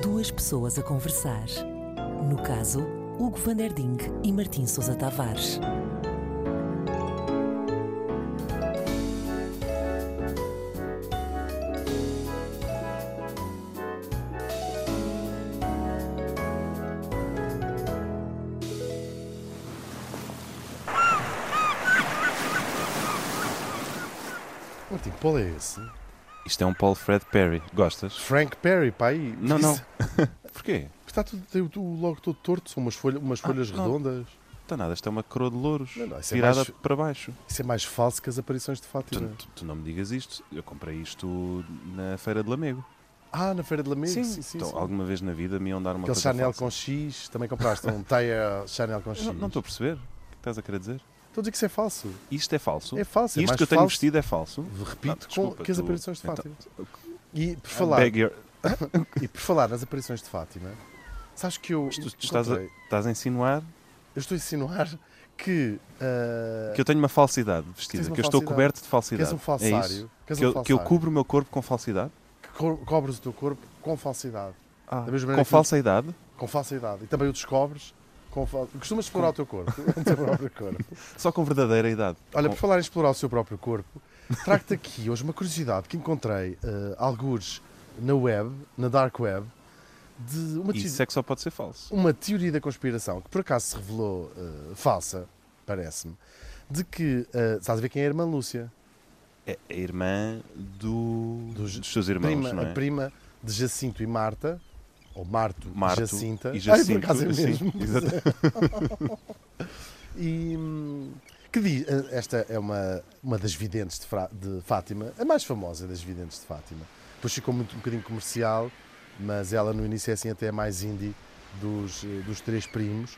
duas pessoas a conversar. No caso, Hugo van der Ding e Martim Sousa Tavares. Martim, que polo é esse? Isto é um Paul Fred Perry. Gostas? Frank Perry, pá, aí. Não, não. Porquê? Está tudo, tem o- o logo todo torto, são umas, folha, umas folhas Ah, não. redondas. Está nada, isto é uma coroa de louros Não, não, isso é virada mais- para baixo. Isso é mais falso que as aparições de Tu, Fátima. tu- tu não me digas isto. Eu comprei isto na Feira de Lamego. Ah, na Feira de Lamego? Sim, sim, sim. então, alguma vez na vida me iam dar uma Aquele coisa Chanel falsa. com X, também compraste um Taia Chanel com X. Eu Não não estou a perceber. O que estás a querer dizer? Estou a dizer que isso é falso. Isto é falso? É falso, é Isto mais que eu tenho falso. vestido é falso? Repito, Ah, desculpa, com, que as tu- aparições de então- Fátima. E por falar, Beg your- e por falar nas aparições de Fátima, sabes que eu. Tu- tu estás a- encontrei- Estás a insinuar Eu estou a insinuar que. ah, que eu tenho uma falsidade vestida, Tens uma que eu estou falsidade. coberto de que és falsidade. um É isso? falsário. és que, um eu, que eu falsário. cubro o meu corpo com falsidade? que co- cobres o teu corpo com falsidade. Ah, Da mesma com maneira que- falsa idade? Com falsidade. E também o descobres. Com fal... Costumas explorar o teu corpo. o teu próprio corpo. Só com verdadeira idade. Olha, Com- por falar em explorar o seu próprio corpo, trago-te aqui hoje uma curiosidade que encontrei eh, algures na web, na dark web, de uma, Isso tesi- é que só pode ser falso. uma teoria da conspiração que por acaso se revelou eh, falsa, parece-me, de que. eh, estás a ver quem é a irmã Lúcia? É a irmã do... Dos- dos, seus irmãos, prima, não é? A prima de Jacinto e Marta, ou Marto, Marto e Jacinta. e Jacinto, Ai, por acaso é sim, mesmo. exatamente. E hum, que diz, eh, esta é uma, uma das videntes de, Fra- de Fátima, a mais famosa das videntes de Fátima. Depois ficou muito, um bocadinho comercial, mas ela no início é assim até a mais indie dos, eh, dos três primos.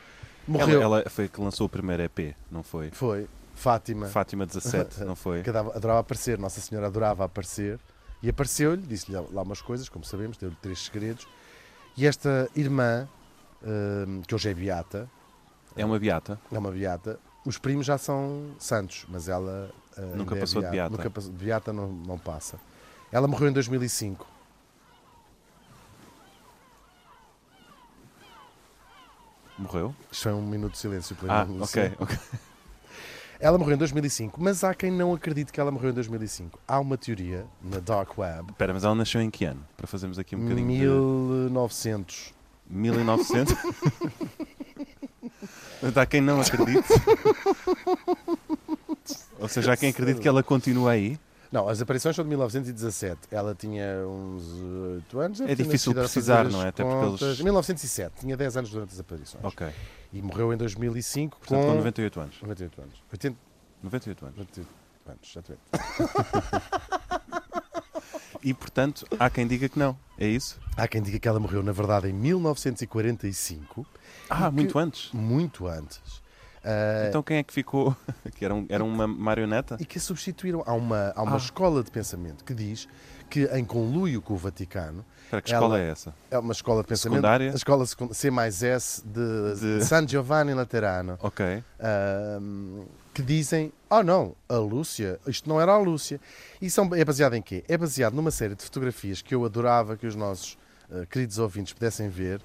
Ela, Morreu, ela foi a que lançou o primeiro EP, não foi? foi Fátima, Fátima 17, não foi? que adava- adorava aparecer, Nossa Senhora adorava aparecer, e apareceu-lhe, disse-lhe lá umas coisas, como sabemos, deu-lhe três segredos, e esta irmã, hum, que hoje é beata, É uma beata. É uma beata. Os primos já são santos, mas ela ah, Nunca ainda é passou de beata. Nunca passou de beata, não, não passa. Ela morreu em 2005. Morreu? Isto foi um minuto de silêncio pela Ah, irmã Lúcia. ok, ok. Ela morreu em 2005, mas há quem não acredite que ela morreu em 2005. Há uma teoria na Dark Web, Espera, mas ela nasceu em que ano? Para fazermos aqui um bocadinho de... 1900. 1900? Portanto, há quem não acredite. Ou seja, há quem acredite que ela continua aí. Não, as aparições são de 1917. Ela tinha uns 8 anos. É difícil precisar, não é? Até porque eles- Em 1907, tinha 10 anos durante as aparições. Ok. E morreu em 2005 Portanto, com com 98 anos. 98 anos. 80 98 anos. 98 anos, exatamente. E, portanto, há quem diga que não. É isso? Há quem diga que ela morreu, na verdade, em 1945, Ah, que- muito antes. muito antes. Ah, Então quem é que ficou? Que era, um- era uma marioneta? e que a substituíram. Há uma, há uma Ah. escola de pensamento que diz que, em conluio com o Vaticano, Espera, que ela- escola é essa? é uma escola de pensamento. Secundária? A escola secund- C mais S de, De- Oh. San Giovanni Laterano. Ok. ahm, que dizem, oh não, a Lúcia, isto não era a Lúcia. E são, é baseado em quê? É baseado numa série de fotografias que eu adorava que os nossos ah, queridos ouvintes pudessem ver.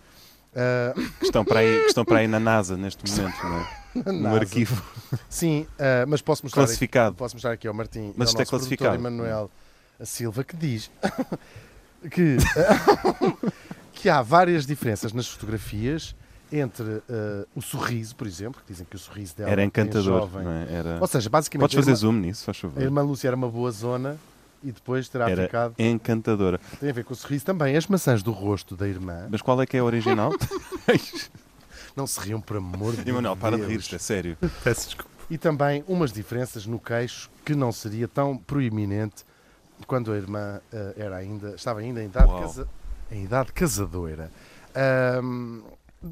Ah, Que estão para aí, que estão para aí na NASA neste momento, não é? No NASA. arquivo Sim, ah, mas posso mostrar, aqui, classificado. posso mostrar aqui ao Martim e Mas ao isto é nosso produtor classificado. Emanuel Silva que diz que, que há várias diferenças nas fotografias entre ah, o sorriso, por exemplo, que dizem que o sorriso dela Era em encantador, jovem. não é? Era... Ou seja, basicamente Podes a, fazer irmã, zoom nisso, faz a favor. irmã Lúcia era uma boa zona e depois terá Era ficado. encantadora. Tem a ver com o sorriso também. As maçãs do rosto da irmã Mas qual é que é a original? não se riam, por amor de Deus. Emanuel, para de rir, isto é sério. Peço desculpa. E também umas diferenças no queixo que não seria tão proeminente quando a irmã eh, era ainda, estava ainda em idade, Uau. casa- em idade casadoira. Ahm,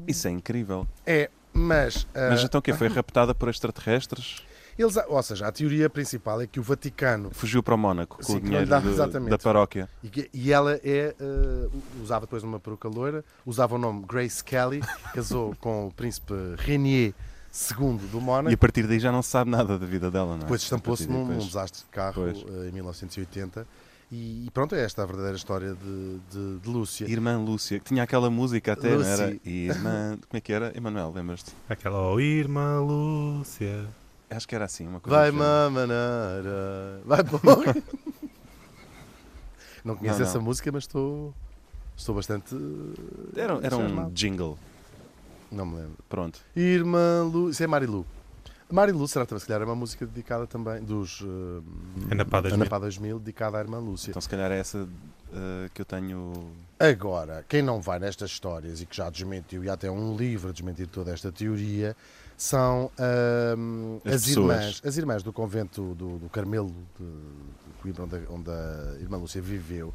Isso é incrível. é, mas, ah, Mas então o quê? Foi raptada por extraterrestres? eles, ou seja, a teoria principal é que o Vaticano Fugiu para o Mónaco com Sim, o que não dinheiro dá- do- exatamente. da paróquia. e, que- e ela é eh, usava depois uma peruca loira, usava o nome Grace Kelly, casou com o príncipe Renier II do E Mónaco. a partir daí já não se sabe nada da vida dela, não é? Depois estampou-se A partir num, daí, num pois. desastre de carro Pois. eh, em 1980 E, e pronto, é esta a verdadeira história de, de, de Lúcia. Irmã Lúcia, que tinha aquela música até, não era? Lucy. Irmã. Como é que era? Emanuel, lembras-te? Aquela, oh, irmã Lúcia. Acho que era assim, uma coisa. Vai do género. mamanara, vai morrer. não conheço Não, essa não. música, mas estou, estou bastante. Era, era um entusiasmado. jingle. Não me lembro. Pronto. Irmã Lu. Isso é Marilu. Marilu será também, se calhar, é uma música dedicada também dos. Uh, Hum. Ana É É Pá 2000. Ana Pá 2000, dedicada à irmã Lúcia. Então, se calhar é essa eh, que eu tenho. Agora, quem não vai nestas histórias e que já desmentiu, e há até um livro a desmentir toda esta teoria, são ahm, As as, pessoas. irmãs, as irmãs do convento do, do Carmelo de, de Coimbra, onde, a- onde a irmã Lúcia viveu,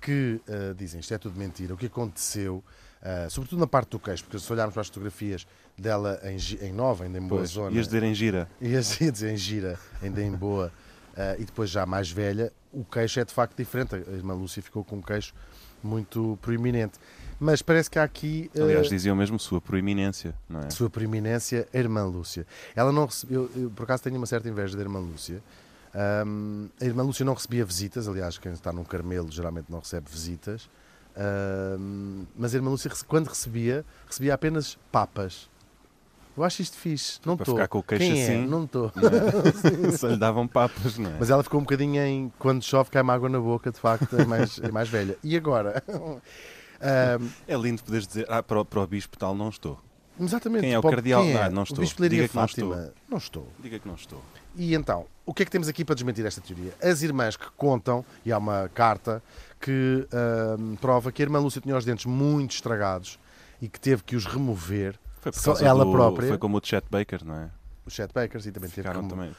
que ah, dizem isto é tudo mentira. O que aconteceu, ah, sobretudo na parte do queixo, porque se olharmos para as fotografias dela em, Gi- em Nova, ainda em Boa Pois, Zona, ias dizer em gira. e as idas em gira, ainda em boa, ah, e depois já mais velha, o queixo é de facto diferente. A irmã Lúcia ficou com um queixo muito proeminente. Mas parece que há aqui ah, Aliás, diziam mesmo sua proeminência, não é? a sua proeminência, a irmã Lúcia. Ela não recebeu, eu, por acaso tenho uma certa inveja da irmã Lúcia. Ahm, a irmã Lúcia não recebia visitas, aliás, quem está num Carmelo geralmente não recebe visitas. Ahm, mas a irmã Lúcia, rece- quando recebia, recebia apenas papas. Eu acho isto fixe. Não Para estou. ficar com o queixo Quem é? assim? Não estou. Não é? Só lhe davam papas, não é? Mas ela ficou um bocadinho em quando chove cai-me água na boca, de facto, é mais, é mais velha. E agora? Ahm, É lindo poderes dizer, ah, para o, para o bispo tal não estou. exatamente. Quem é? O para- cardeal? quem Ah, não estou. O bispo de Leiria Diga que não Fátima? Não estou. Diga que não estou. E então, o que é que temos aqui para desmentir esta teoria? As irmãs que contam, e há uma carta que ahm, prova que a irmã Lúcia tinha os dentes muito estragados e que teve que os remover. Foi por Só causa ela do- própria? Foi como o Chet Baker, não é? Os Chet Bakers e também teve que Ficaram remo- também.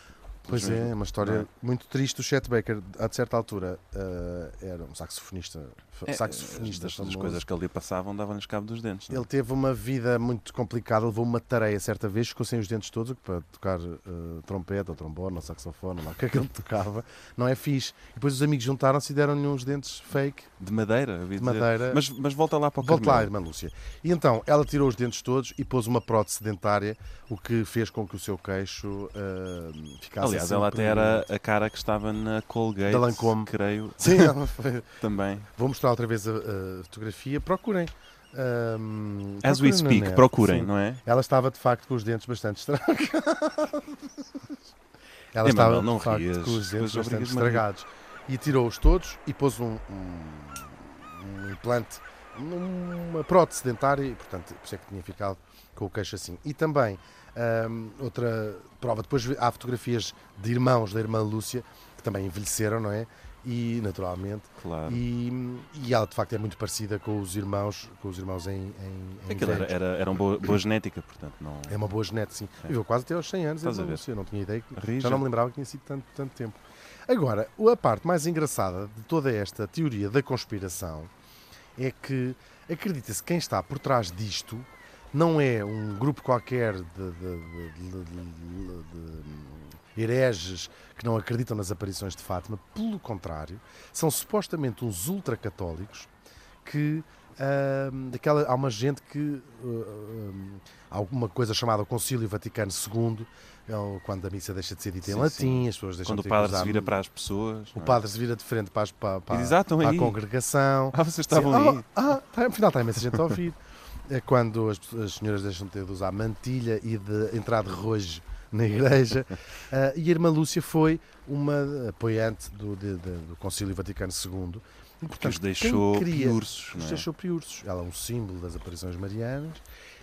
Pois é, é uma história muito triste. O Chet Baker, a de certa altura, ah, era um saxofonista, É, saxofonista das, das famoso. coisas que ali passavam davam-lhes cabo dos dentes. não é? Ele teve uma vida muito complicada, levou uma tareia certa vez, ficou sem os dentes todos, o que para tocar eh, trompete ou trombone ou saxofone, lá, o que é que ele tocava, não é fixe. E depois os amigos juntaram-se e deram-lhe uns dentes fake. De madeira, eu ouvi De dizer. madeira. Mas, mas volta lá para o Volte É. lá, Carmelo. irmã Lúcia. E então, ela tirou os dentes todos e pôs uma prótese dentária, o que fez com que o seu queixo eh, ficasse Aliás, assim ela até era a cara que estava na Colgate, Da Lancôme. creio, Sim, ela foi... também. Vou mostrar outra vez a, a fotografia. Procurem. ahm, As we procurem na speak, net. procurem, Sim. não é? Ela estava de facto com os dentes bastante estragados. Ela Emanuel, estava não de facto rias, com os depois dentes bastante obrigas-me a rir. estragados. E tirou-os todos e pôs um, um- um implante, uma prótese dentária, e portanto, por isso é que tinha ficado com o queixo assim. E também, hum, outra prova, depois vi- há fotografias de irmãos da irmã Lúcia, que também envelheceram, não é? E naturalmente, Claro. e, e ela de facto é muito parecida com os irmãos, com os irmãos em, em, em Aquilo era, velhos. É era, era uma boa, boa genética, portanto, não. É uma boa genética, sim. É. Viveu quase até aos 100 anos, Estás eu a não, ver. sei, eu não tinha ideia, que- Rija. já não me lembrava que tinha sido tanto, tanto tempo. Agora, o- a parte mais engraçada de toda esta teoria da conspiração é que acredita-se que quem está por trás disto não é um grupo qualquer de, de- de- de- de- de- de hereges que não acreditam nas aparições de Fátima, pelo contrário, são supostamente uns ultracatólicos que ahm, daquela, há uma gente que ah, ahm, há alguma coisa chamada Concílio Vaticano II, é o- quando a missa deixa de ser dita em Sim, latim, as pessoas deixam Quando o de padre usar- se vira para as pessoas. o não é? padre se vira de frente para, as- para- para- E diz, "Ah, estão para aí." a congregação. Ah, vocês Sim, estavam ah, aí. Ah, tá, afinal está imensa gente a ouvir. É quando as, pessoas- as senhoras deixam de usar mantilha e de entrar de rojo na igreja. Ah, e a irmã Lúcia foi uma apoiante do, de- de- do Concílio Vaticano II. E, Que portanto, os quem deixou queria- piursos, Os não é? deixou piursos. Ela é um símbolo das aparições marianas.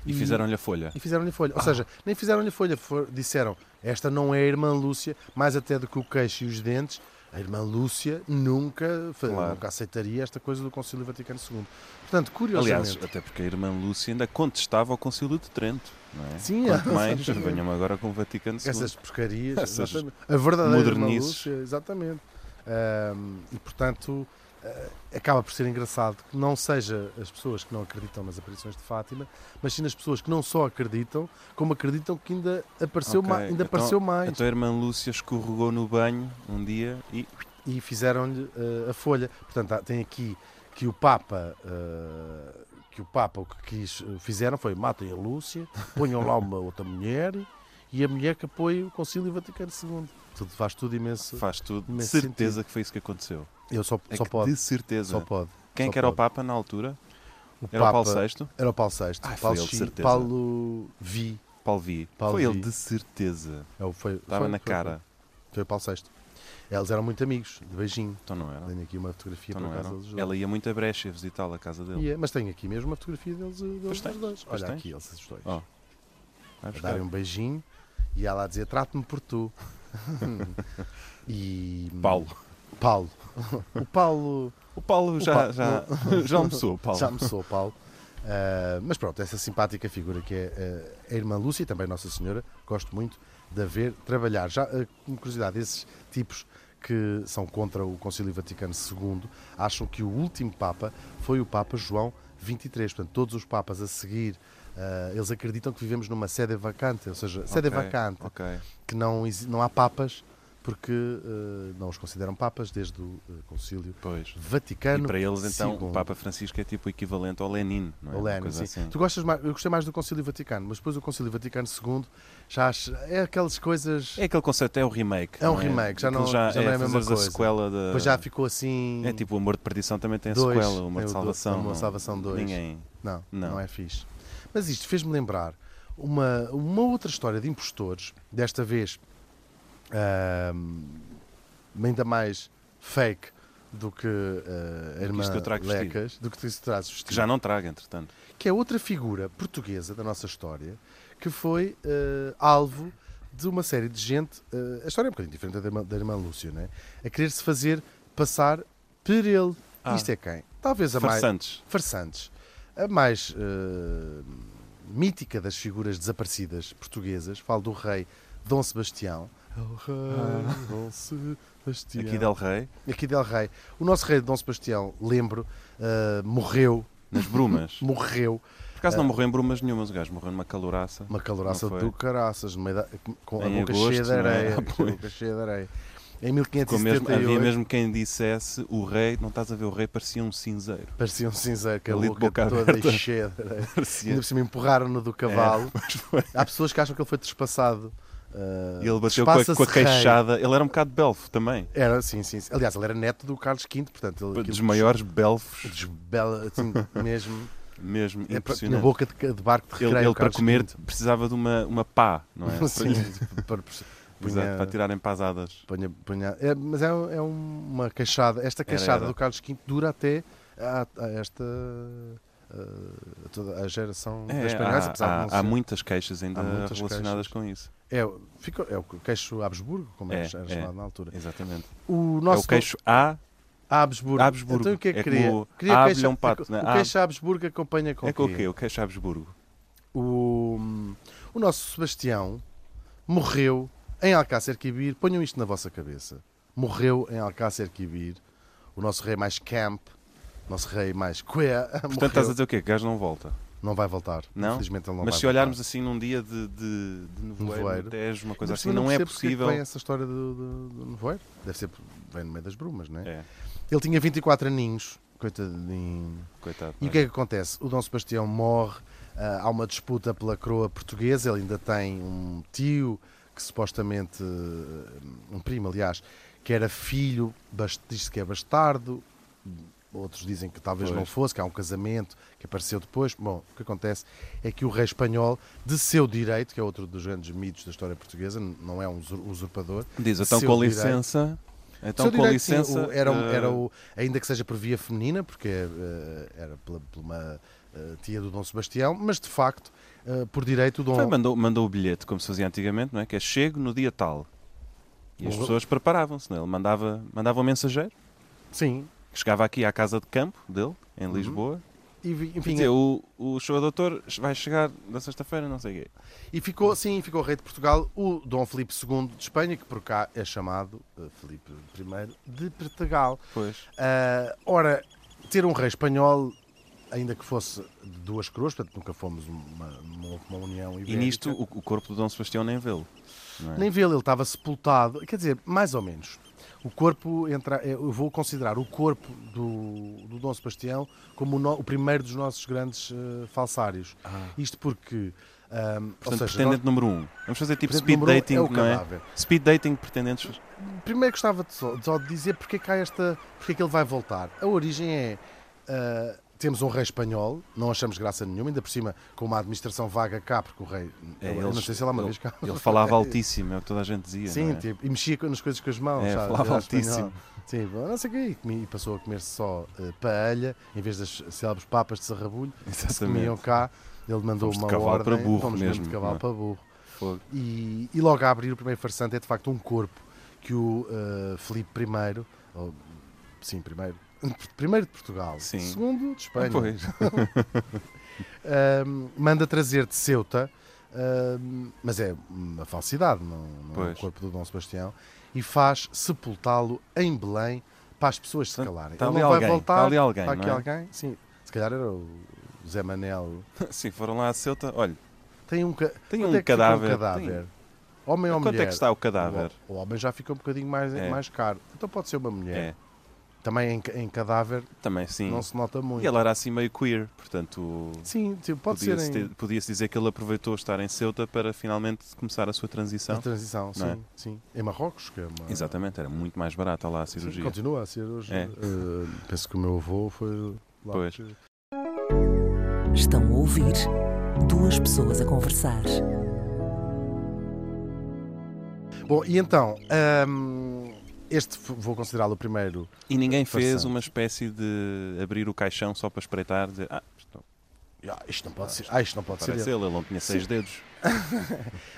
E fizeram-lhe a folha. E fizeram-lhe folha. Ou seja, nem fizeram-lhe folha. for- disseram, esta não é a irmã Lúcia, mais até do que o queixo e os dentes. A irmã Lúcia nunca, fa- Claro. nunca aceitaria esta coisa do Concílio Vaticano II. Portanto, curiosamente. Aliás, até porque a irmã Lúcia ainda contestava ao Concílio de Trento, não é? Sim, Quanto mais, exatamente. venham agora com o Vaticano II. essas porcarias, Essas exatamente. a verdadeira irmã modernices. Lúcia, exatamente. Ahm, e portanto, ah, acaba por ser engraçado que não seja as pessoas que não acreditam nas aparições de Fátima, mas sim as pessoas que não só acreditam, como acreditam que ainda apareceu, Ok, ma- ainda então- apareceu mais. A tua irmã Lúcia escorregou no banho um dia e e fizeram-lhe eh, a folha. Portanto, há- tem aqui que o Papa. eh, que o Papa o que quis, eh, fizeram foi matem a Lúcia, ponham lá uma outra mulher e a mulher que apoia o Concílio Vaticano II. Tudo, faz tudo imenso. faz tudo. De Nesse certeza que foi isso que aconteceu. Eu só, É só que pode. De certeza. Só pode. Quem só que era o pode. Papa na altura? O Era o Papa- Paulo VI? Era o Paulo VI. Ah, foi Paulo, ele, de X- certeza. Paulo Vi. Paulo Vi. Paulo foi ele, Vi. de certeza. É o- foi, Estava foi- na foi- cara. Foi o Paulo VI. Eles eram muito amigos, de beijinho. Então não era. Tenho aqui uma fotografia Então por não era. acaso deles. dois. Ela ia muito a brecha visitá-la à casa dele. E é, mas tenho aqui mesmo uma fotografia deles, eh, deles Pois tem, os dois. pois Olha tem. aqui eles os dois. Oh, Vai a buscar. darem um beijinho e ela a dizer trate-me por tu. e Paulo. Paulo. o Paulo O Paulo já, Paulo- já, já almoçou, Paulo. já me sou Paulo. Ah, mas pronto, essa simpática figura que é ah, a irmã Lúcia e também Nossa Senhora, gosto muito de a ver trabalhar. Já, ah, com curiosidade, esses tipos que são contra o Concílio Vaticano II acham que o último Papa foi o Papa João XXIII. Portanto, todos os Papas a seguir, ah, eles acreditam que vivemos numa sede vacante, ou seja, sede Ok, é vacante, Ok. que não, exi- não há Papas porque ah, não os consideram Papas desde o ah, Concílio Pois. E Vaticano para eles, então, II. o Papa Francisco é tipo o equivalente ao Lenin, não é? O Uma Lenin, coisa sim. assim. Tu gostas mais, eu gostei mais do Concílio Vaticano, mas depois o Concílio Vaticano II já acho- é aquelas coisas. É aquele conceito, é o remake. É um não remake, já Aquilo não- já não é a mesma fazeres coisa. sequela da. Depois já ficou assim. É tipo o Amor de Perdição também tem a Dois, sequela, o Amor tem o de do- Salvação. Amor de não- Salvação dois. Ninguém. Não, não, Não. é fixe. Mas isto fez-me lembrar uma, uma outra história de impostores, desta vez ahm, ainda mais fake do que ah, a irmã isto que eu trago vestido. Lecas, do que isto que trazes Que vestido. já não traga, entretanto. que é outra figura portuguesa da nossa história que foi eh, alvo de uma série de gente. eh, a história é um bocadinho diferente da irmã, da irmã Lúcia, não é? A querer-se fazer passar por ele. Ah. Isto é quem? Talvez a mais. Farsantes. Farsantes. A mais eh, mítica das figuras desaparecidas portuguesas, falo do rei Dom Sebastião. É o rei Dom Sebastião. Aqui Del Rey, Aqui Del Rei. O nosso rei Dom Sebastião, lembro, eh, morreu, nas brumas. morreu Por acaso não morreu em brumas nenhumas, o gajo morreu numa caloraça. É. Uma caloraça Não foi? do caraças, numa idade- com a Em boca agosto, cheia de não é? areia. Ah, com a boca cheia de areia. Em 1578 Com mesmo, havia mesmo quem dissesse o rei, não estás a ver, o rei parecia um cinzeiro. parecia um cinzeiro, com a Ali de boca, boca toda aberta. cheia de areia. Parecia. Ainda por cima empurraram-no do cavalo. Mas foi. Há pessoas que acham que ele foi trespassado. ah, E ele bateu com a, com a Trespassa-se rei. queixada. Ele era um bocado belfo também. Um Era, sim, sim, sim. Aliás, ele era neto do Carlos V, portanto, ele Dos maiores belfos Desbela, assim, mesmo. mesmo. É, pra- tinha Impressionante. boca de, ca- de barco de Ele- recreio. ele, o para Carlos comer V. precisava de uma, uma pá, não é? Sim, Para- para, Exato, punha- para tirarem pasadas. Punha- punha- é, mas é, é uma queixada. Esta Era, queixada era. do Carlos V dura até a, a esta. a toda a geração É, das espanhóis, apesar de há, não há, há ser- muitas queixas ainda Há muitas relacionadas com isso. É, o- ficou- é o queixo Habsburgo, como É, era era é. chamado na altura. Exatamente. O É nosso o queixo A, Habsburgo. Habsburgo. Então o que é que É queria? como queria Hab- queixa- é um pato, né? O queixo Habsburgo acompanha com é com o quê? quê? O queixo Habsburgo. O, o nosso Sebastião morreu em Alcácer Quibir. Ponham isto na vossa cabeça. Morreu em Alcácer Quibir. O nosso rei mais camp, nosso rei mais queer, Portanto, estás a dizer o quê? Que o gajo não volta. não vai voltar. Não? Infelizmente ele não Mas vai se olharmos assim num dia de, de, de Nevoeiro. nevoeiro, tejo, voltar. Ainda uma coisa por assim, cima não é percebo porque possível. que vem essa história do, do, do nevoeiro. Deve ser, porque vem no meio das brumas, não é? É, Ele tinha 24 aninhos, coitadinho. coitado. E o que é que acontece? O Dom Sebastião morre, ah, há uma disputa pela coroa portuguesa, ele ainda tem um tio que supostamente, eh, um primo aliás, que era filho, bas- diz-se que é bastardo, outros dizem que talvez Pois. não fosse, que há um casamento que apareceu depois. Bom, o que acontece é que o rei espanhol, de seu direito, que é outro dos grandes mitos da história portuguesa, n- não é um usur- usurpador, Diz, então Seu com direito. licença. Então seu com direito, sim, licença. o- era, o- eh, era o, ainda que seja por via feminina, porque eh, era pela, por uma eh, tia do Dom Sebastião, mas de facto, eh, por direito, o Dom. Foi, mandou, mandou o bilhete, como se fazia antigamente, não é? Que é chego no dia tal. E as Boa. pessoas preparavam-se, não é? Ele mandava, mandava um mensageiro, Sim, que chegava aqui à casa de campo dele, em Uhum. Lisboa, e, vi- Quer enfim, dizer, o, o show doutor vai chegar na sexta-feira, não sei o quê. e ficou, sim, ficou rei de Portugal o Dom Filipe II de Espanha, que por cá é chamado eh, Filipe I de Portugal. Pois. Ah, ora, ter um rei espanhol, ainda que fosse de duas coroas, portanto nunca fomos uma, uma, uma união ibérica. E nisto, o, o corpo do Dom Sebastião nem vê-lo. não é? É, Nem vê-lo, ele estava sepultado. Quer dizer, mais ou menos. O corpo entra. é, Eu vou considerar o corpo do, do Dom Sebastião como o, no- o primeiro dos nossos grandes eh, falsários. Isto porque Ahm, ou Ah. Portanto, seja, nós- pretendente número Um. Vamos fazer tipo pretendente speed número um dating, é o não é? cadáver. Speed dating de pretendentes. Primeiro gostava de só, só de dizer porque é que há esta. porque é que ele vai voltar. A origem é. ah, temos um rei espanhol, não achamos graça nenhuma, ainda por cima com uma administração vaga cá, porque o rei. É, eu, eles- não sei se ele há uma ele- vez cá. Ele falava altíssimo, é o que toda a gente dizia. Sim, não é? tipo, e mexia co- nas coisas com as mãos. É, sabe? falava Era espanhol. altíssimo. Sim, bom, não sei o quê. E comi- E passou a comer só eh, paella, em vez das célebres papas de sarrabulho, que se comiam Exatamente. cá. Ele mandou Fomos de uma cavalo ordem. para burro fomos mesmo, de cavalo não é? para burro. Fogo. E, e logo a abrir o primeiro farsante é de facto um corpo que o eh, Filipe I, ou, sim, primeiro, primeiro de Portugal, Sim. segundo de Espanha, Ah, Pois. ahm, manda trazer de Ceuta, ahm, mas é uma falsidade, não, não é o Pois. corpo do Dom Sebastião, e faz sepultá-lo em Belém para as pessoas se Portanto, calarem. está Ele ali não vai alguém, voltar, está ali alguém, está aqui não é? alguém, sim, se calhar era o Zé Manel. Sim, foram lá à Ceuta. Olha, Tem um, ca... Tem quanto um é que fica cadáver, cadáver? Homem ou quanto mulher? é que está o cadáver? O o homem já fica um bocadinho mais, É. mais caro. Então pode ser uma mulher. É, Também em, ca- em cadáver também sim. não se nota muito. E ele era assim meio queer, portanto. Sim, tipo, pode ser Podia-se em ter- podia-se dizer que ele aproveitou estar em Ceuta para finalmente começar a sua na transição. transição, sim, não é? sim. Em Marrocos, que é uma... Exatamente, era muito mais barata lá a Sim, cirurgia. continua a ser hoje. É. Eh, penso que o meu avô foi lá. Pois. que- Estão a ouvir duas pessoas a conversar. Bom, e então, ahm, este f- vou considerá-lo o primeiro. e ninguém fez Farsante. uma espécie de abrir o caixão só para espreitar, dizer, ah, isto Ah, isto não pode ser. Ah, isto não pode ser. parece ele. ele, ele não tinha seis dedos.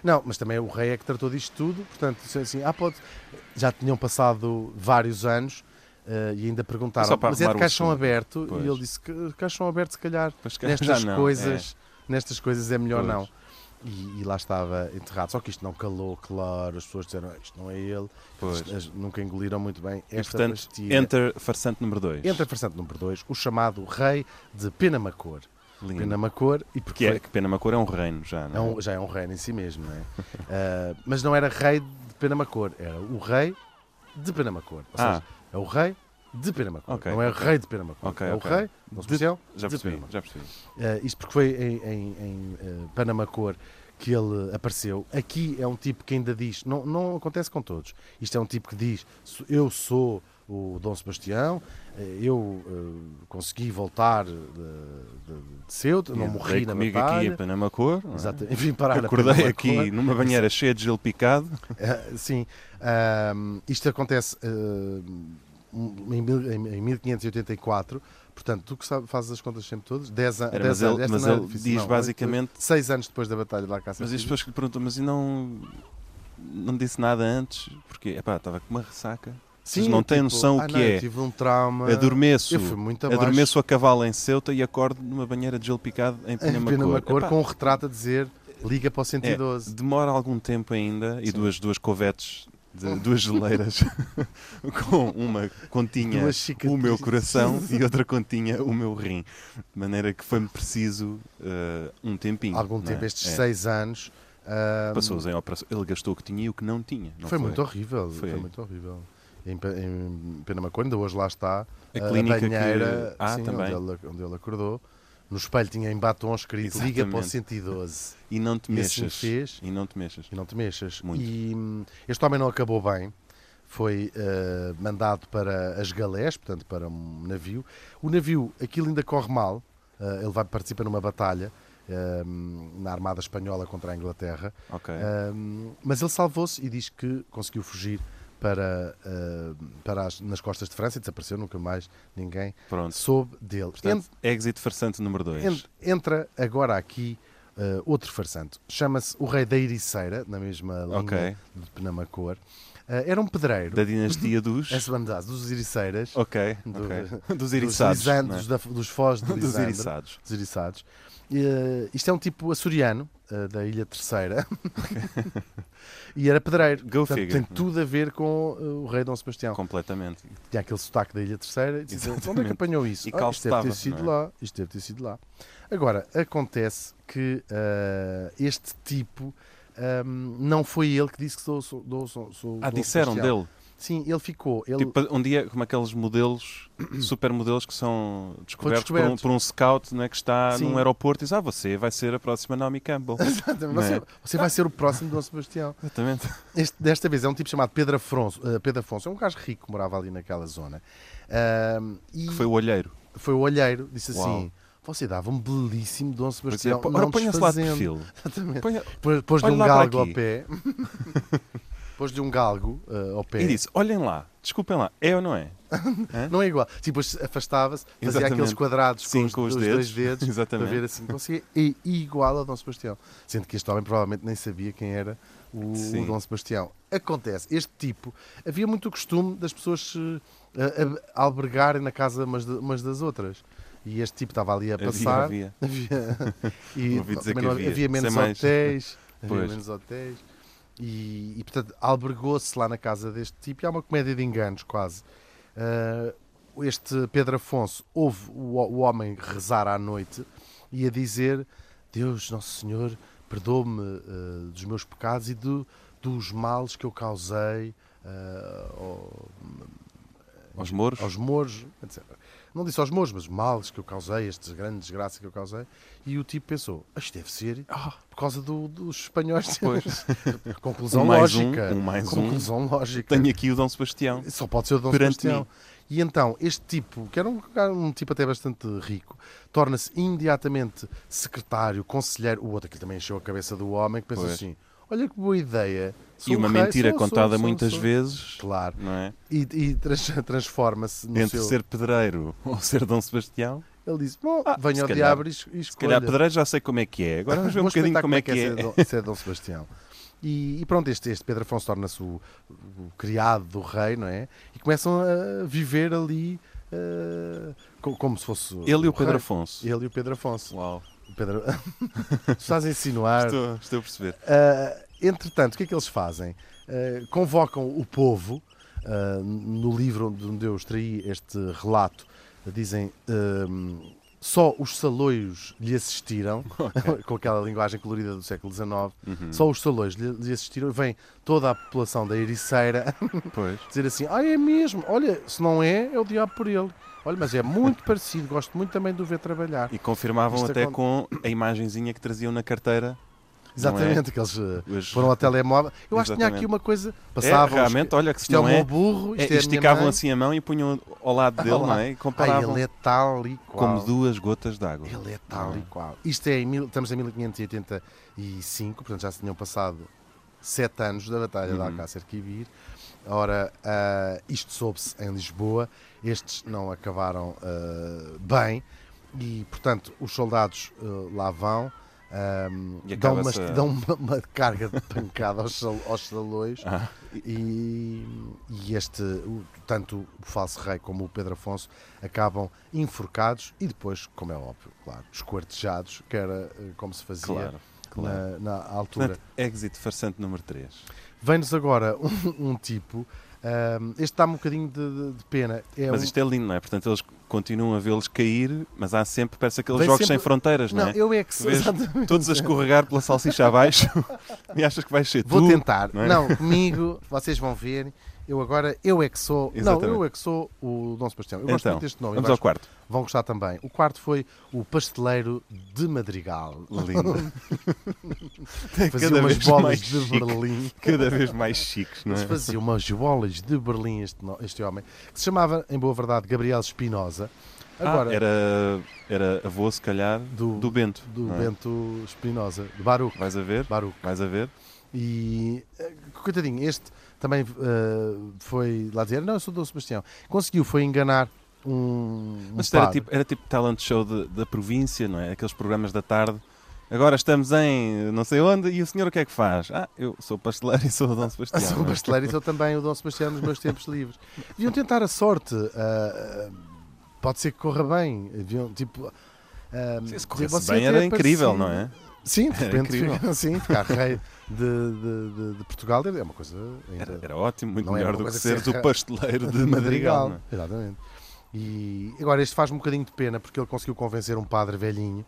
Não, mas também o rei é que tratou disto tudo, portanto, se assim, ah, pode. Já tinham passado vários anos eh, e ainda É só perguntaram, para mas é de arrumar o caixão assunto." aberto? Pois. E ele disse que eh, caixão aberto, se calhar, Mas se calhar nestas já não, é. coisas, nestas coisas é melhor Pois. não. E, e lá estava enterrado. Só que isto não calou, claro, as pessoas disseram, "Ah, isto não é ele, Pois. As- as- nunca engoliram muito bem E, esta portanto, pastilha. Enter farsante número 2. Entra versante número 2, o chamado rei de Penamacor. Penamacor, e porque Que, é, foi- que Penamacor é um reino já, não é um- já é um reino em si mesmo, não é? Ah, mas não era rei de Penamacor, era o rei de Penamacor. Ou seja, Ah, é o rei de Penamacor. Ok, não é ok. rei de Penamacor. Ok, é ok. o rei, não se De- percebeu? já de percebi, Penamacor. já percebi. Ah, isto porque foi em, em- em, ah, Penamacor que ele apareceu. Aqui é um tipo que ainda diz, não, não acontece com todos, isto é um tipo que diz: "So- Eu sou o Dom Sebastião, eh, eu ah, consegui voltar de, de, de Ceuta, não Eu morri dei na comigo aqui batalha. a Penamacor. não é? Exato, enfim, parar a Acordei Penamacor. aqui numa banheira cheia de gelo picado. Ah, Sim, Ahm, isto acontece ahm, em, mil- em- em 1584, portanto, tu que sabe- fazes as contas sempre todas, 10 anos, é Era, mas ele, mas ele diz basicamente. 6 anos depois da Batalha de Alcácer. Mas as Filho. pessoas que lhe perguntam, mas e não. Não disse nada antes, porque epá, estava com uma ressaca. Sim, não têm noção o "Ah, que não, eu é. tive um trauma. adormeço, Eu fui muito abaixo. adormeço a cavalo em Ceuta e acordo numa banheira de gelo picado em em Penamacor. Penamacor Epá, com um retrato a dizer liga para o é, 112. demora algum tempo ainda e Sim. duas, duas covetes, de- duas geleiras, com uma continha Duas chicas- o meu coração e outra continha o meu rim. De maneira que foi-me preciso eh, um tempinho. Algum não é? tempo, estes É. 6 anos. ahm, Passou-os em operação. Ele gastou o que tinha e o que não tinha. não foi, muito horrível. Foi, Foi. muito horrível. Em, Pe- em Penamacor, ainda hoje lá está. A clínica que- banheira, Ah, sim, também. Onde, ele, onde ele acordou. No espelho tinha em batom escrito Liga para o Exatamente. 112 E não te E assim mexas. fez. E não te mexas. e não te mexas. Muito. E hum, este homem não acabou bem. Foi eh, mandado para as galés, portanto, para um navio. O navio, aquilo ainda corre mal. Eh, ele vai participar numa batalha eh, na Armada Espanhola contra a Inglaterra. Ok. Ah, Ahm, mas ele salvou-se e diz que conseguiu fugir para, ah, para as- nas costas de França e desapareceu, nunca mais ninguém Pronto. soube dele. Portanto, exit farsante número 2. En- en- entra agora aqui ah, outro farsante, chama-se o Rei da Ericeira, na mesma linha Ok. de Penamacor. Ah, era um pedreiro, Da dinastia dos. essa bandada, dos Ericeiras, Ok, Do- ok. Dos dos, eriçados. Lisan- não é? dos, da- dos Foz de Dos Lisandro, eriçados. dos eriçados. Eh, isto é um tipo açoriano, eh, da Ilha Terceira, e era pedreiro. Go Portanto, figure. tem tudo a ver com eh, o rei Dom Sebastião. Completamente. Tinha aquele sotaque da Ilha Terceira. E dizia, onde é que Exatamente. apanhou isso? E isto deve calçotava, ter sido não é? lá. Isto deve ter sido lá. Agora, acontece que eh, este tipo. eh, não foi ele que disse que sou, sou, dou- sou, sou Ah, Dom disseram Sebastião. dele. Sim, ele ficou. Ele... Tipo, um dia, como aqueles modelos, supermodelos que são descobertos por um, descoberto. por um scout não é, que está Sim. num aeroporto e diz: Ah, você vai ser a próxima Naomi Campbell. Exatamente. Não Você, é? você vai ser o próximo Dom Sebastião. Exatamente. Este- desta vez é um tipo chamado Pedro Afonso. eh, Pedro Afonso é um gajo rico que morava ali naquela zona. Ahm, e Que foi o olheiro. foi o olheiro, disse Uau. assim: Você dava um belíssimo Dom Pois é, Sebastião. pô- não Agora ponha-se lá de desfazendo." perfil. Exatamente. Ponha- Pô- Pôs-lhe Olha um lá para galgo ao aqui. pé. Pôs-lhe um galgo eh, ao pé. E disse: Olhem lá, desculpem lá, é ou não é? Não é igual. Tipo, afastava-se, fazia Exatamente. aqueles quadrados Sim, com, os, os dois dedos para Exatamente. ver assim. Conseguia. E igual a Dom Sebastião. Sendo que este homem provavelmente nem sabia quem era o, Sim. o Dom Sebastião. Acontece, este tipo. Havia muito o costume das pessoas se eh, ab- albergarem na casa umas, de- umas das outras. E este tipo estava ali a Havia, passar. havia. Havia- e Ouvi dizer também que não havia, sem menos mais. hotéis. Havia Pois. menos hotéis. E, e, portanto albergou-se lá na casa deste tipo e há uma comédia de enganos quase. Ah, este Pedro Afonso ouve o, o homem rezar à noite e a dizer: Deus, Nosso Senhor, perdoe-me ah, dos meus pecados e do- dos males que eu causei ah, ao- Aos moros. aos mouros, etc. Não disse aos mouros, mas males que eu causei, esta grande desgraça que eu causei. E o tipo pensou: Isto deve ser Ah." por causa do- dos espanhóis. Conclusão Um mais um, lógica. um mais um. Conclusão lógica. Tenho aqui o Dom Sebastião. Só pode ser o Dom Perante Sebastião. mim. E então, este tipo, que era um, cara- um tipo até bastante rico, torna-se imediatamente secretário, conselheiro. O outro aqui também encheu a cabeça do homem, que pensou Pois. assim: olha que boa ideia. Sou E um uma rei, mentira sou, sou, contada sou, muitas sou. vezes. Claro. Não é? E, e trans- transforma-se no Entre seu... ser pedreiro ou ser Dom Sebastião. Ele disse: Bom, Ah, venha se ao calhar- diabo e, es- e Se calhar escolha. pedreiro já sei como é que é. Agora vamos ver um Vou bocadinho experimentar como é que ser é. Dom- ser Dom Sebastião. E, e pronto, este, este Pedro Afonso torna-se o, o criado do rei, não é? E começam a viver ali eh, co- como se fosse. Ele e o Pedro rei. Afonso. Ele e o Pedro Afonso. Uau. O Pedro... Estás a insinuar. Estou, estou a perceber. Ah, entretanto, o que é que eles fazem? Ah, convocam o povo. ah, no livro onde onde eu extraí este relato, dizem ah, só os saloios lhe assistiram, com aquela linguagem colorida do século XIX, Uhum. só os saloios lhe, lhe assistiram. Vem toda a população da Ericeira Pois. dizer assim: Ah, é mesmo, olha, se não é, é o diabo por ele. Olha, mas é muito parecido, gosto muito também de o ver trabalhar. E confirmavam Isto até acon- com a imagenzinha que traziam na carteira. Exatamente, que eles ah, é Os- foram ao telemóvel. Eu acho que tinha Exatamente. aqui uma coisa. É, Passavam. os- realmente, olha que se Isto é o não meu é. burro, isto é, é, a minha esticavam mãe. assim a mão e punham ao lado dele, lá. não é? E Ai, comparavam ele é tal e qual. como duas gotas d'água. Ele é tal e qual. Isto é em mil, estamos em 1585, portanto já se tinham passado sete anos da Batalha de Uhum. Alcácer Quibir. Ora, ah, isto soube-se em Lisboa, estes não acabaram ah, bem e, portanto, os soldados ah, lá vão, ah, E dão, uma, acaba-se a- dão uma, uma carga de pancada aos, sal- aos salões Ah. e, e este, o- tanto o falso rei como o Pedro Afonso acabam enforcados e depois, como é óbvio, claro, esquartejados, que era eh, como se fazia Claro, claro. na- na altura. Portanto, exit farsante número 3. Vem-nos agora um, um tipo. ahm, este dá-me um bocadinho de, de- de pena. É Mas um- isto é lindo, não é? Portanto, eles continuam a vê-los cair, mas há sempre, parece aqueles Vem jogos sem sempre- fronteiras, não, não, é? eu é que sei. Vês exatamente. Todos a escorregar pela salsicha abaixo e achas que vai ser Vou tu. tentar. não é? Não, comigo, vocês vão ver. Eu agora, eu é que sou. Exatamente. Não, eu é que sou o Dom Sebastião. Eu gosto Então, muito deste nome. eu vamos acho ao quarto. que Vão gostar também. O quarto foi o Pasteleiro de Madrigal. Lindo. Fazia Cada umas vez bolas mais de chique. Berlim. Cada vez mais chiques, não Mas é? fazia umas bolas de Berlim este, no- este homem, que se chamava, em boa verdade, Gabriel Espinosa. Ah, Agora, era, era avô, se calhar, do, Do- Bento. do não é? Bento Espinosa, de Baruch. Vais a ver? Baruch. Vais a ver? E, eh, coitadinho, este também eh, foi lá dizer, não, eu sou do Sebastião. Conseguiu, foi enganar um, um Mas isto era padre. tipo, era tipo talent show de- da província, não é? Aqueles programas da tarde. Agora estamos em não sei onde e o senhor o que é que faz? Ah, eu sou pasteleiro e sou o Dom Ah, Sebastião. sou não é? pasteleiro e sou também o Dom Sebastião nos meus tempos livres. Deviam tentar a sorte. ah, ah, pode ser que corra bem. Deviam, tipo... ah, Sim, Se dizer, corresse "Você bem até era incrível, parecia- não é? Sim, de Era repente incrível. fica- sim, ficar rei de, de- de- de Portugal é uma coisa ainda Era, era ótimo, muito Não era melhor uma do que coisa assim, é. que seres se o arra- pasteleiro de Madrigal. não é? Exatamente. E agora este faz-me um bocadinho de pena porque ele conseguiu convencer um padre velhinho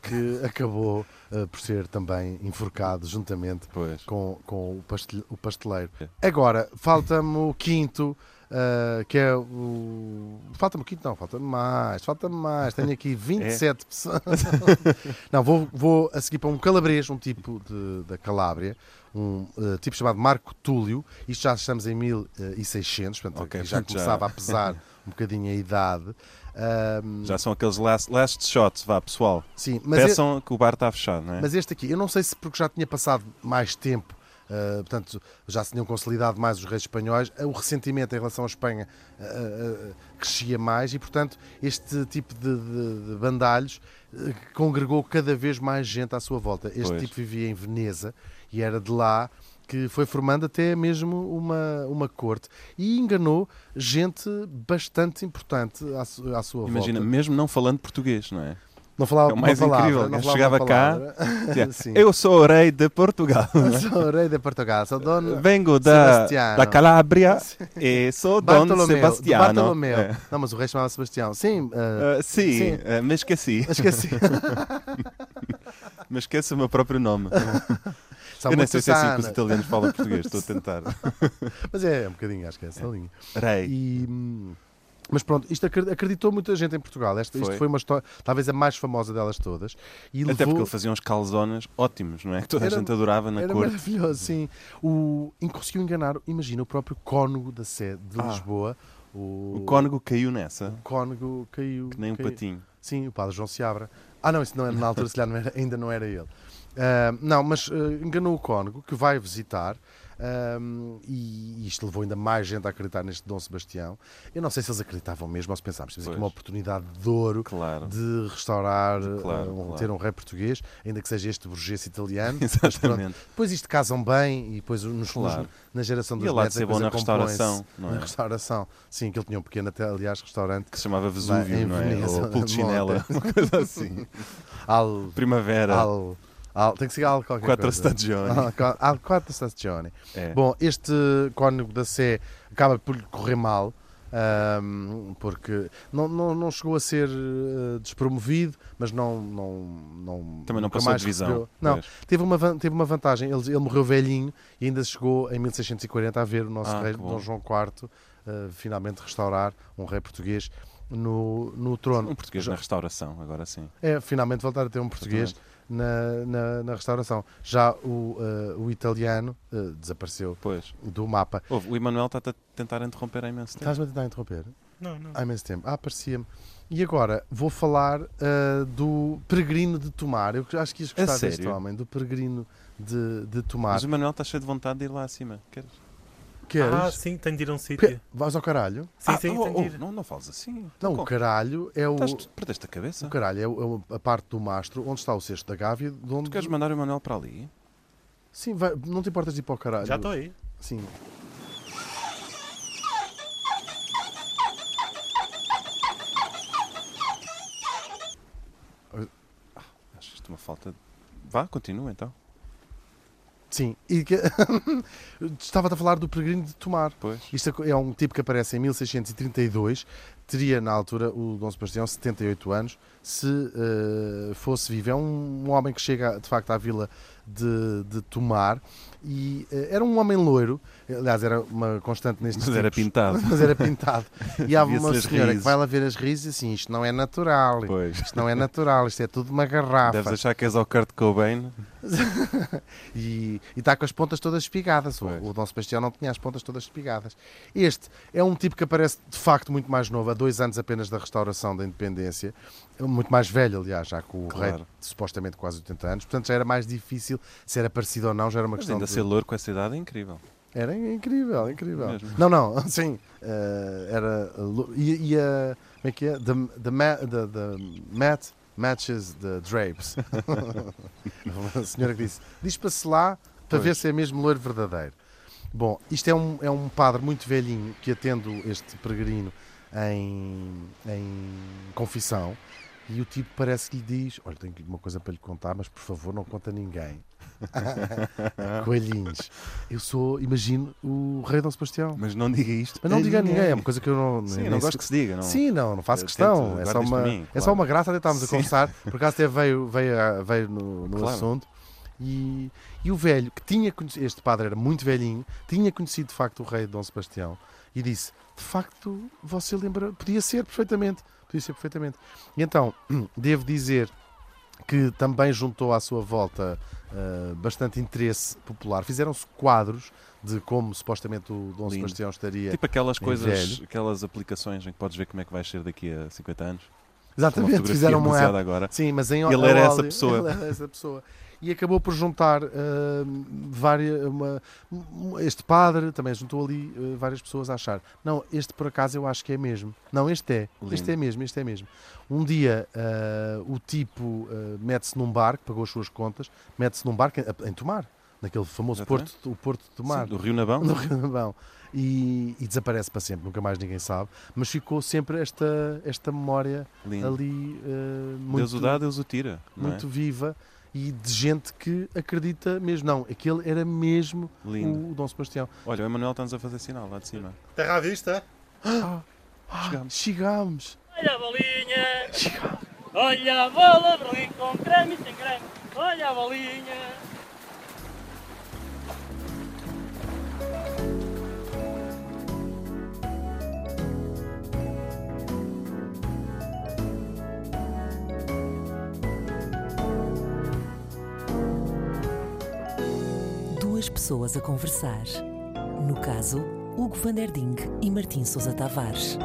que acabou eh, por ser também enforcado juntamente Pois. com, com o, pastel- o pasteleiro. É. Agora, falta-me o quinto, ah, que é o. Falta-me o quinto, não, falta-me mais, falta-me mais. Tenho É. aqui 27 pessoas. não, vou, vou a seguir para um calabrês, um tipo de- da Calábria, um ah, tipo chamado Marco Túlio. Isto já estamos em 1600, portanto, Ok, aqui já portanto, já- começava a pesar um bocadinho a idade. Ahm, Já são aqueles last, last shots, vá pessoal. sim, mas e- Peçam que o bar está fechado, não é? mas este aqui, eu não sei se porque já tinha passado mais tempo, ah, portanto, já se tinham consolidado mais os reis espanhóis, ah, o ressentimento em relação à Espanha ah, ah, ah, crescia mais e, portanto, este tipo de, de- de bandalhos ah, congregou cada vez mais gente à sua volta. Este Pois. tipo vivia em Veneza e era de lá que foi formando até mesmo uma, uma corte e enganou gente bastante importante à, su- à sua Imagina, volta. mesmo não falando português, não é? Não falava é o mais uma palavra, incrível, não que falava chegava uma cá, palavra. Dizia, Sim. Eu sou o rei de Portugal. Sou o rei de Portugal, sou dono Vengo da, Sebastiano. da Calabria e sou Dom Bartolomeu. Sebastiano. Bartolomeu. É. Não, mas o rei chamava Sebastião. Sim, ah, Ah, sim, Sim. ah, me esqueci. mas esqueci. Mas esqueci o meu próprio nome. São eu nem muito sei se é assim que os sana. italianos falam português, estou a tentar. Mas é um bocadinho, acho que é essa linha. Rei. E, hum, mas pronto, isto acre- acreditou muita gente em Portugal. Esta, Isto Foi. foi uma história, talvez a mais famosa delas todas. E Até porque levou- ele fazia uns calzones ótimos, não é? Que toda Era- a gente adorava na Era corte. maravilhoso, sim. O, e conseguiu enganar, imagina, o próprio cônego da sede de Ah. Lisboa. O cônego caiu nessa, o cônego caiu. que nem um caiu. patinho. Sim, o padre João Seabra. Ah, não, isso não era, na altura se calhar, não era- ainda não era ele. Ah, não, mas ah, enganou o cônego que vai visitar ah, e isto levou ainda mais gente a acreditar neste Dom Sebastião. Eu não sei se eles acreditavam mesmo ou se pensavam, isto é Pois. uma oportunidade de ouro Claro. de restaurar, ah, Claro, um- claro. ter um rei português, ainda que seja este burguês italiano. mas pronto, Exatamente. depois isto casam bem e depois nos, Claro. nos- na geração E dos ele há de netos é a ser bom coisa na compõe-se. restauração, não Na é? restauração, sim, que ele tinha um pequeno, até, aliás, restaurante Que se chamava Lá em Vesúvio, não é? Veneza, Ou Pulcinella, uma coisa assim. al Primavera, Al, al, tem que ser al qualquer quatro coisa. stagioni. Al, qua- al quatro stagioni. É. Bom, este cônego da Sé acaba por lhe correr mal, ahm, porque não, não, não chegou a ser eh, despromovido, mas não, não, não Também não nunca passou mais de visão. recebeu- Não, Pois. teve uma, van- teve uma vantagem, ele, ele morreu velhinho e ainda chegou em 1640 a ver o nosso Ah, rei que bom. Dom João IV eh, finalmente restaurar um rei português no, no trono. Um português Já- na restauração, agora sim. é finalmente voltar a ter um português na, na, na restauração. Já o, eh, o italiano eh, desapareceu Pois. do mapa. Ouve, o Emanuel está a tentar interromper há imenso tempo. Estás-me a tentar interromper? Não, não. Há imenso tempo. Ah, parecia-me. E agora vou falar eh, do Peregrino de Tomar. Eu acho que ias A gostar deste sério? homem, do Peregrino de, de Tomar. Mas o Emanuel está cheio de vontade de ir lá acima. Queres? Queres? Ah, sim, tenho de ir a um sítio. Pe- Vais ao caralho? Sim, Ah, sim, oh, tenho oh, de ir. não, não fales assim. Não, Com- o caralho é o. Estás, tu perdeste a cabeça? O caralho é, o- é a parte do mastro onde está o cesto da gávea. De onde... Tu queres mandar o Emanuel para ali? Sim, vai- não te importas de ir para o caralho. Já estou aí. Sim. Acho isto é uma falta de... Vá, continua então. Sim, e que... estava a falar do Peregrino de Tomar. Pois. Isto é um tipo que aparece em 1632, teria na altura o Dom Sebastião 78 anos, se eh, fosse vivo. É um, um homem que chega de facto à vila de, de Tomar e eh, era um homem loiro, aliás, era uma constante nestes Mas era tipos. pintado. Mas era pintado. E há Via-se uma as senhora que raízes. vai lá ver as raízes e assim: isto não é natural, Pois. isto não é natural, isto é tudo uma garrafa. Deves achar que és ao Kurt Cobain. E está com as pontas todas espigadas. O, Pois. o Dom Sebastião não tinha as pontas todas espigadas. Este é um tipo que aparece de facto muito mais novo, há dois anos apenas da restauração da independência. Muito mais velho, aliás, já com o Claro. rei de supostamente quase 80 anos. Portanto, já era mais difícil se era parecido ou não, já era uma Mas questão ainda de... ser louro com essa idade é incrível. Era incrível, incrível. Mesmo. Não, não, sim. eh, era. lo- E, e a. Como é que é? The, the, ma- the, the mat matches the drapes. a senhora que disse: diz-se lá para Pois. ver se é mesmo loiro verdadeiro. Bom, isto é um, é um padre muito velhinho que atendo este peregrino em, em confissão. E o tipo parece que lhe diz: Olha, tenho aqui uma coisa para lhe contar, mas por favor não conta a ninguém. Coelhinhos. Eu sou, imagino, o rei Dom Sebastião. Mas não diga isto. Mas não diga a ninguém, é uma coisa que eu não. Sim, nem- não nem gosto sei- que se diga, não. Sim, não, não faço Eu questão. tento é, guardar só isto uma, para mim, é só claro. uma graça, até estávamos a Sim. conversar. Por acaso até veio, veio, a- veio no, no Claro. assunto. E, e o velho, que tinha conhecido, este padre era muito velhinho, tinha conhecido de facto o rei Dom Sebastião e disse: De facto, você lembra, podia ser perfeitamente. Podia ser perfeitamente. E então, devo dizer que também juntou à sua volta ah, bastante interesse popular. Fizeram-se quadros de como supostamente o Dom Lindo. Sebastião estaria. Tipo aquelas Em coisas, é. velho. aquelas aplicações em que podes ver como é que vais ser daqui a 50 anos. Uma Exatamente, fotografia fizeram uma app baseada agora. Sim, mas em Ele em era essa áudio. pessoa. Ele era essa pessoa. E acabou por juntar ah, várias, uma- um- este padre também juntou ali ah, várias pessoas a achar. Não, este por acaso eu acho que é mesmo. Não, este é. Este Lindo. é mesmo, este é mesmo. Um dia ah, o tipo ah, mete-se num barco, pagou as suas contas, mete-se num barco em, em Tomar, naquele famoso Exatamente. porto, o porto de Tomar Sim, do Rio Nabão. no Rio de Bão. E, e desaparece para sempre, nunca mais ninguém sabe. Mas ficou sempre esta, esta memória Lindo. ali eh, Deus muito, o dá, Deus o tira. não é? muito viva e de gente que acredita mesmo. Não, aquele era mesmo Lindo. o Dom Sebastião. Olha, o Emanuel está-nos a fazer sinal lá de cima. Terra à vista. Chegámos. Chegámos! Olha a bolinha, Chegámos! olha a bola, Berlim com creme e sem creme, olha a bolinha. Duas pessoas a conversar. No caso, Hugo Van der Ding e Martim Sousa Tavares.